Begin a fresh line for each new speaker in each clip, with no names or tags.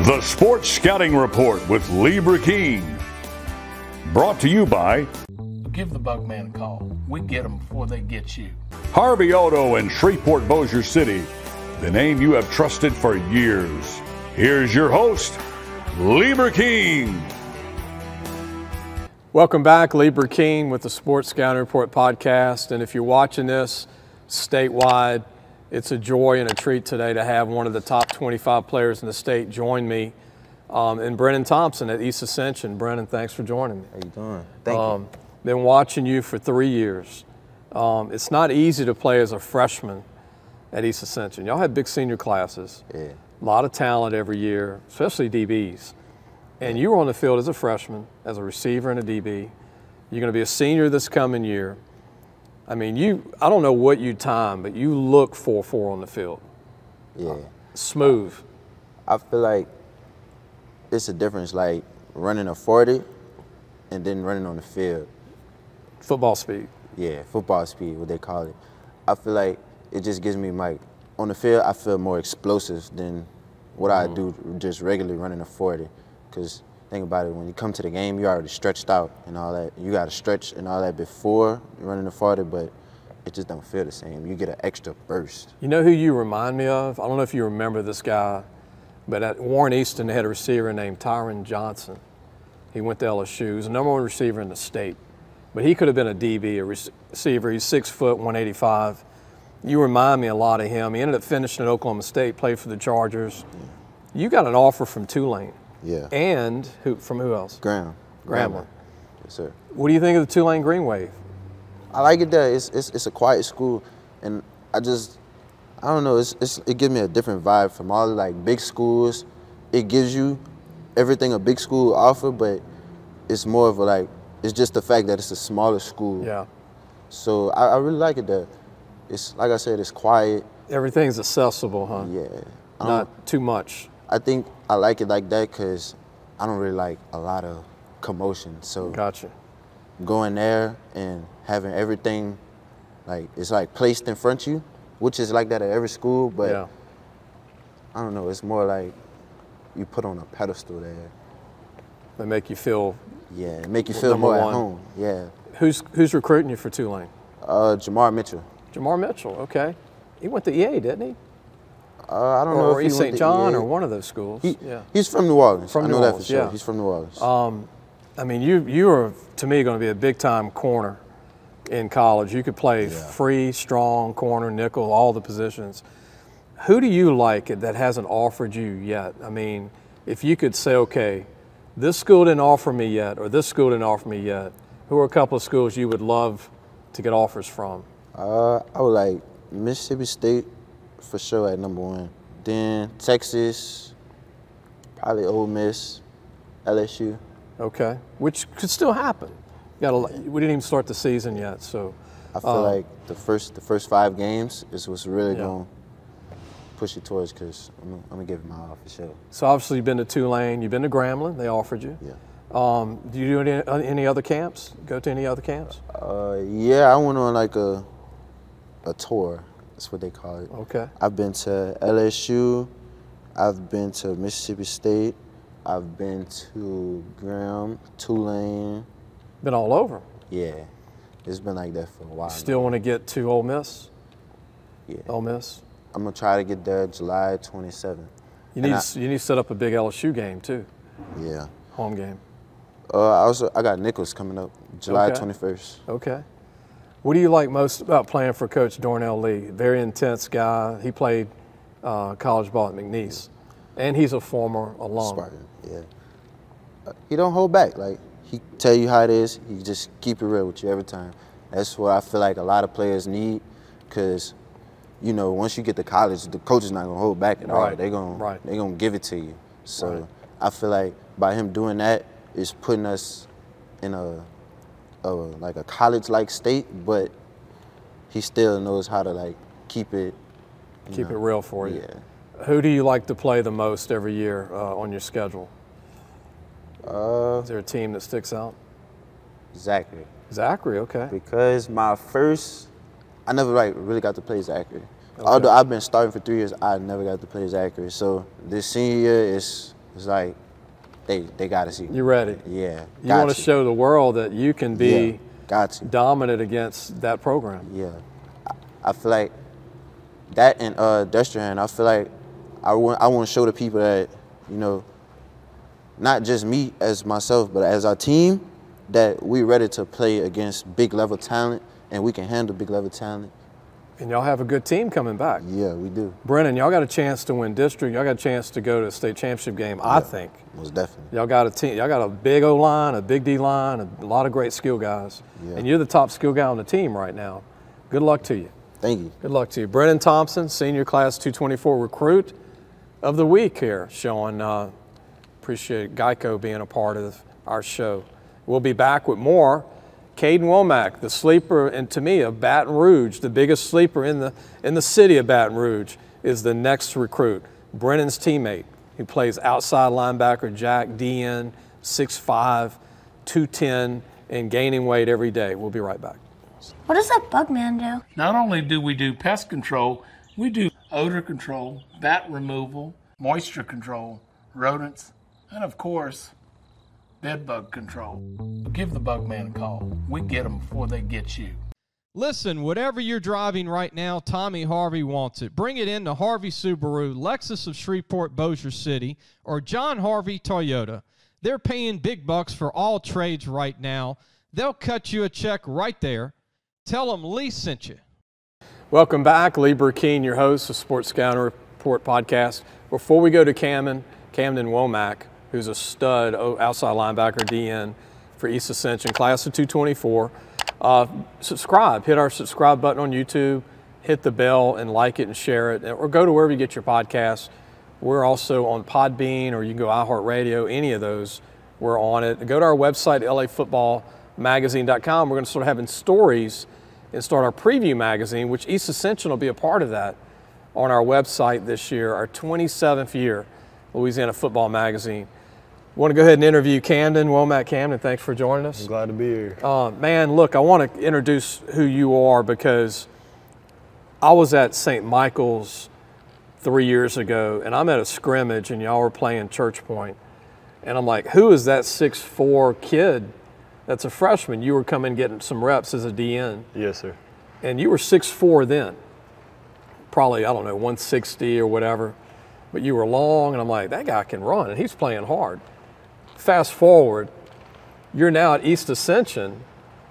The Sports Scouting Report with Lee Keen. Brought to you by
Give the bug man a call. We get them before they get you.
Harvey Auto in Shreveport, Bossier City, the name you have trusted for years. Here's your host, Lee Keen.
Welcome back, Lee Keen with the Sports Scouting Report podcast. And if you're watching this statewide, it's a joy and a treat today to have one of the top 25 players in the state join me, um, and Brennan Thompson at East Ascension. Brennan, thanks for joining me.
How you doing? Thank
Um, been watching you for three years. Um, it's not easy to play as a freshman at East Ascension. Y'all have big senior classes,
you. Yeah.
a lot of talent every year, especially DBs. And you were on the field as a freshman, as a receiver and a DB. You're going to be a senior this coming year. I mean, you, I don't know what you time, but you look 4 4 on the field.
Yeah.
Smooth.
I feel like it's a difference, like running a 40 and then running on the field.
Football speed.
Yeah, football speed, what they call it. I feel like it just gives me like on the field. I feel more explosive than what I do
Mm-hmm.
just regularly running a 40. Cause think about it, when you come to the game, you already stretched out and all that. You got to stretch and all that before running a 40, but it just don't feel the same. You get an extra burst.
You know who you remind me of? I don't know if you remember this guy, but at Warren Easton, they had a receiver named Tyron Johnson. He went to LSU. He was the number one receiver in the state, but he could have been a DB, a rec- receiver. He's six foot, 185. You remind me a lot of him. He ended up finishing at Oklahoma State, played for the Chargers. You got an offer from Tulane,
Yeah.
and who, from who else?
Graham.
Grambling.
Yes, sir.
What do you think of the Tulane Green Wave?
I like it there. It's, it's it's a quiet school, and I just I don't know. It's, it's it gives me a different vibe from all the like big schools. It gives you everything a big school offer, but it's more of a like it's just the fact that it's a smaller school.
Yeah,
So I, I really like it there. It's like I said, it's quiet.
everything's accessible, huh?
Yeah. Um, I, don't,
Not too much.
I think I like it like that because I don't really like a lot of commotion. So
Gotcha.
going there and having everything like it's like placed in front of you, which is like that at every school, but
yeah.
I don't know, it's more like you put on a pedestal there.
They make you feel
Yeah, it make you feel
number
more
one.
at home. Yeah.
Who's who's recruiting you for Tulane?
Uh Jamar Mitchell.
Jamar Mitchell. Okay, he went to EA, didn't he?
Uh, I don't know
Or
if he
East
went
St.
to
John
EA.
or one of those schools.
He,
yeah.
He's from New Orleans.
From
I
New
know that
Orleans,
for sure.
yeah. Um,
He's from New Orleans.
I mean, you you are to me going to be a big time corner in college. You could play free, strong, corner, nickel, all the positions. Who do you like that hasn't offered you yet? I mean, if you could say, okay, this school didn't offer me yet, or this school didn't offer me yet, who are a couple of schools you would love to get offers from?
Uh, I would like Mississippi State for sure at number one. Then Texas, probably Ole Miss, LSU.
Okay, which could still happen. Got a, lot- we didn't even start the season yet, so
I feel like the first the first five games is what's really
Um, Yeah.
going to push you towards because I'm, gonna- I'm gonna give it my all for sure.
so obviously you've been to Tulane, you've been to Grambling, they offered you.
Yeah.
Um, do you do any, any other camps? Go to any other camps?
Uh, yeah, I went on like a a tour. That's what they call it.
Okay,
I've been to LSU. I've been to Mississippi State. I've been to Graham, Tulane.
been all over.
Yeah, it's been like that for a while.
Still want to get to Ole Miss.
Yeah.
Ole Miss.
I'm gonna try to get there July 27th.
You
And
need
I-
to s you need to set up a big LSU game too,
Yeah.
home game.
Uh, I also I got Nichols coming up July
Okay.
21st.
Okay. What do you like most about playing for Coach Dornell Lee? Very intense guy. He played uh, college ball at McNeese, and he's a former alum.
Spartan. Yeah. Uh, He don't hold back. Like he tell you how it is. He just keep it real with you every time. That's what I feel like a lot of players need, cause you know once you get to college, the coach is not gonna hold back at all.
Right,
They gonna
right.
they gonna give it to you. So
Right.
I feel like by him doing that is putting us in a, a like a college like state, but he still knows how to like keep it.
Keep it real for you.
Yeah.
Who do you like to play the most every year uh, on your schedule?
Uh,
Is there a team that sticks out?
Zachary.
Zachary, okay.
Because my first, I never like really got to play Zachary. Although I've been starting for three years, I never got to play Zachary. So this senior year is It's like they they got to see.
You're ready.
Yeah.
You
got
want to show the world that you can
Yeah.
be
Got to.
dominant against that program.
Yeah, I, I feel like that and uh, Destrehan. I feel like I want I want to show the people that you know, not just me as myself, but as our team, that we ready to play against big level talent and we can handle big level talent.
And y'all have a good team coming back.
Yeah, we do.
Brennan, y'all got a chance to win district. Y'all got a chance to go to a state championship game, I think.
Most definitely.
Y'all got a team. Y'all got a big O line, a big D line, a lot of great skill guys,
Yeah.
and you're the top skill guy on the team right now. Good luck to you.
Thank you.
Good luck to you, Brennan Thompson, senior class 224 recruit of the week here. Showing uh, appreciate Geico being a part of our show. We'll be back with more. Caden Womack, the sleeper, and to me, of Baton Rouge, the biggest sleeper in the in the city of Baton Rouge, is the next recruit. Brennan's teammate. He plays outside linebacker, Jack DN, 6'5", 210, and gaining weight every day. We'll be right back.
What does that bug man do?
Not only do we do pest control, we do odor control, bat removal, moisture control, rodents, and of course, bed bug control. Give the bug man a call. We get them before they get you.
Listen, whatever you're driving right now, Tommy Harvey wants it. Bring it in to Harvey Subaru, Lexus of Shreveport, Bossier City, or John Harvey Toyota. They're paying big bucks for all trades right now. They'll cut you a check right there. Tell them Lee sent you.
Welcome back. Lee Burkeen, your host of Sports Scouting Report podcast. Before we go to Camden, Camden Womack, who's a stud o- outside linebacker DN for East Ascension, class of 224, uh, subscribe. Hit our subscribe button on YouTube, hit the bell, and like it and share it, or go to wherever you get your podcasts. We're also on Podbean, or you can go iHeartRadio, any of those. We're on it. Go to our website, lafootballmagazine.com. We're going to start having stories and start our preview magazine, which East Ascension will be a part of that on our website this year, our 27th year, Louisiana Football Magazine. Want to go ahead and interview Camden, Womack Camden. Thanks for joining us.
Glad to be here.
Uh, man, look, I want to introduce who you are because I was at St. Michael's three years ago, and I'm at a scrimmage, and y'all were playing Church Point, and I'm like, who is that 6'4 kid that's a freshman? You were coming getting some reps as a DN,
yes, sir.
and you were 6'4 then, probably I don't know 160 or whatever, but you were long, and I'm like, that guy can run, and he's playing hard. Fast forward, you're now at East Ascension.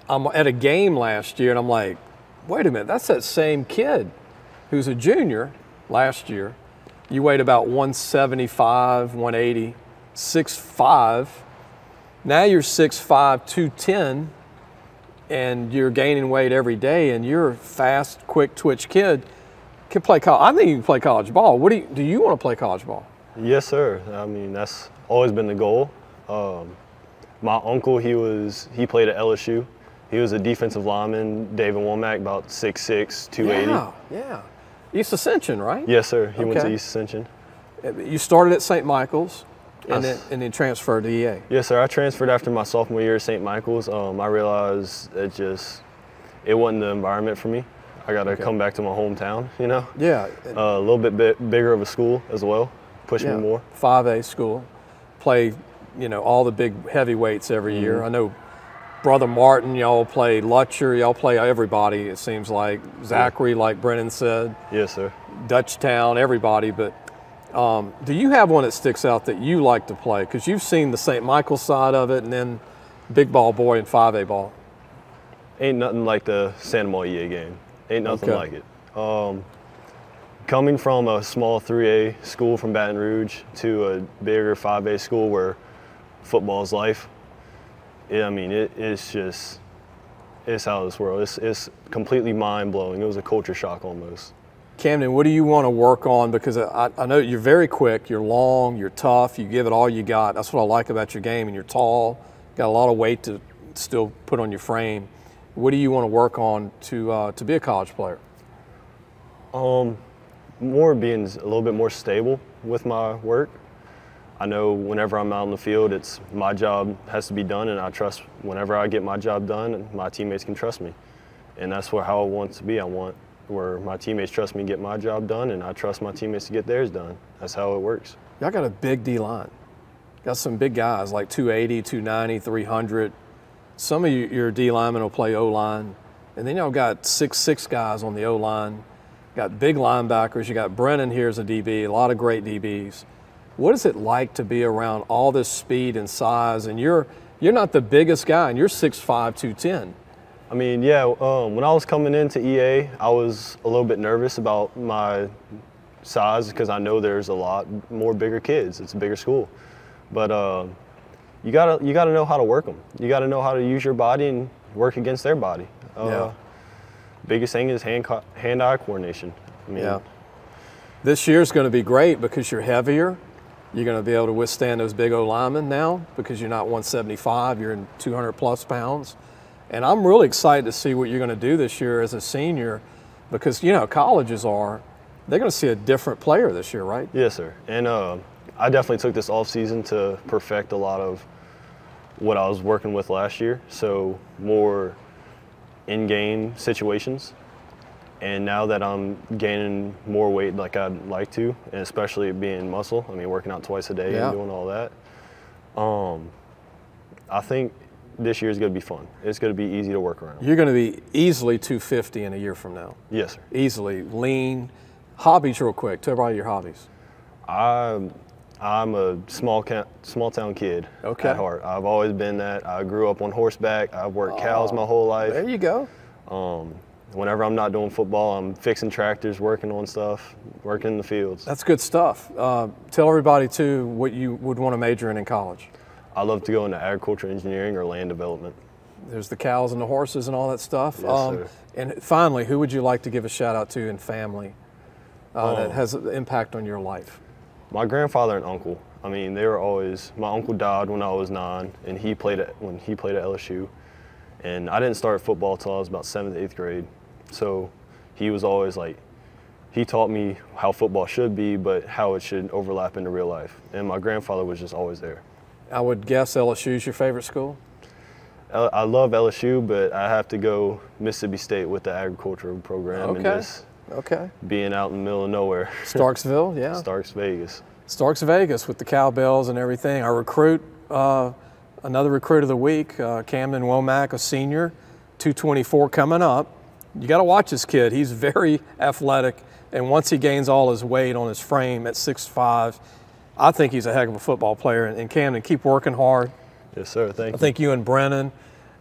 I'm at a game last year, and I'm like, wait a minute, that's that same kid who's a junior last year. You weighed about 175, 180, 6'5. Now you're 6'5, 210, and you're gaining weight every day, and you're a fast, quick twitch kid. Can play college. I think you can play college ball. What do you, do you want to play college ball?
Yes, sir. I mean, that's always been the goal. Um, my uncle, he was he played at LSU. He was a defensive lineman, David Womack, about 6'6", 280.
Yeah, yeah. East Ascension, right?
Yes, sir. He went to
Okay.
East Ascension.
You started at St. Michael's and,
Yes.
then, and then transferred to E EA.
Yes, sir. I transferred after my sophomore year at St. Michael's. Um, I realized it just it wasn't the environment for me. I got to come back to my hometown, you know.
Yeah,
Uh, a little bit bi- bigger of a school as well, pushed
yeah.
me more.
5A school. Play, you know, all the big heavyweights every year. I know Brother Martin, y'all play Lutcher, y'all play everybody, it seems like. Zachary, like Brennan said,
Yes, sir.
Dutchtown, everybody. But um, do you have one that sticks out that you like to play? Because you've seen the St. Michael's side of it and then big ball boy and 5A ball.
ain't nothing like the Santa Maria game. Ain't nothing
Okay.
like it. Um, coming from a small 3A school from Baton Rouge to a bigger 5A school where football is life. Yeah, I mean, it, it's just, it's out of this world. It's, it's completely mind blowing. It was a culture shock almost.
Camden, what do you want to work on? Because I, I know you're very quick, you're long, you're tough, you give it all you got. That's what I like about your game, and you're tall, got a lot of weight to still put on your frame. What do you want to work on to uh, to be a college player?
more being a little bit more stable with my work. I know whenever I'm out on the field, it's my job has to be done, and I trust whenever I get my job done, my teammates can trust me, and that's where how I want to be. I want where my teammates trust me to get my job done, and I trust my teammates to get theirs done. That's how it works.
Y'all got a big D line. Got some big guys like 280, 290, 300. Some of you, your D linemen will play O line, and then y'all got six six guys on the O line. Got big linebackers. You got Brennan here as a DB. A lot of great DBs. What is it like to be around all this speed and size? And you're you're not the biggest guy, and you're 6'5", 210.
I mean, yeah, um, when I was coming into EA, I was a little bit nervous about my size because I know there's a lot more bigger kids. It's a bigger school, but um you gotta you gotta know how to work them. You gotta know how to use your body and work against their body. Uh,
Yeah.
Biggest thing is hand co- hand-eye coordination. I mean,
Yeah. This year's going to be great because you're heavier. You're going to be able to withstand those big O linemen now because you're not 175, you're in 200 plus pounds. And I'm really excited to see what you're going to do this year as a senior because, you know, colleges are, they're going to see a different player this year, right?
Yes, sir. And uh, I definitely took this off season to perfect a lot of what I was working with last year. So more in-game situations. And now that I'm gaining more weight like I'd like to, and especially being muscle, I mean working out twice a day
Yeah.
and doing all that, um, I think this year is going to be fun. It's going to be easy to work around.
You're going to be easily 250 in a year from now.
Yes, sir.
Easily lean. Hobbies, real quick. Tell everybody your hobbies.
I'm I'm a small ca- small town kid
Okay.
at heart. I've always been that. I grew up on horseback. I've worked cows my whole life.
There you go.
Whenever I'm not doing football, I'm fixing tractors, working on stuff, working in the fields.
That's good stuff. Uh, tell everybody, too, what you would want to major in in college.
I love to go into agriculture engineering or land development.
There's the cows and the horses and all that stuff. Um,
sir.
And finally, who would you like to give a shout out to in family uh, that has an impact on your life?
My grandfather and uncle. I mean, they were always. My uncle died when I was nine, and he played at when he played at LSU, and I didn't start football till I was about seventh, eighth grade. So, he was always like, he taught me how football should be, but how it should overlap into real life. And my grandfather was just always there.
I would guess LSU's your favorite school.
L- I love LSU, but I have to go Mississippi State with the agricultural program and
Okay.
just
Okay.
being out in the middle of nowhere,
Starksville, yeah.
Starks Vegas.
Starks Vegas with the cowbells and everything. Our recruit, uh, another recruit of the week, uh, Camden Womack, a senior, 224 coming up. You got to watch this kid. He's very athletic, and once he gains all his weight on his frame at 6'5, I think he's a heck of a football player. And, and Camden, keep working hard.
Yes, sir. Thank
I think you and Brennan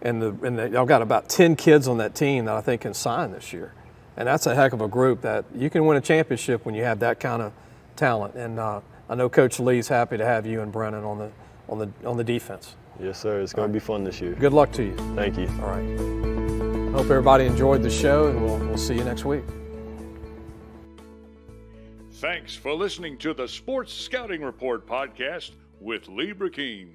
and the and the, y'all got about ten kids on that team that I think can sign this year, and that's a heck of a group. That you can win a championship when you have that kind of talent. And uh, I know Coach Lee's happy to have you and Brennan on the on the on the defense.
you. Yes, sir. It's going to be fun this year.
Good luck to you.
Thank you.
All right. Hope everybody enjoyed the show, and we'll we'll see you next week.
Thanks for listening to the Sports Scouting Report podcast with Lee Brakeen.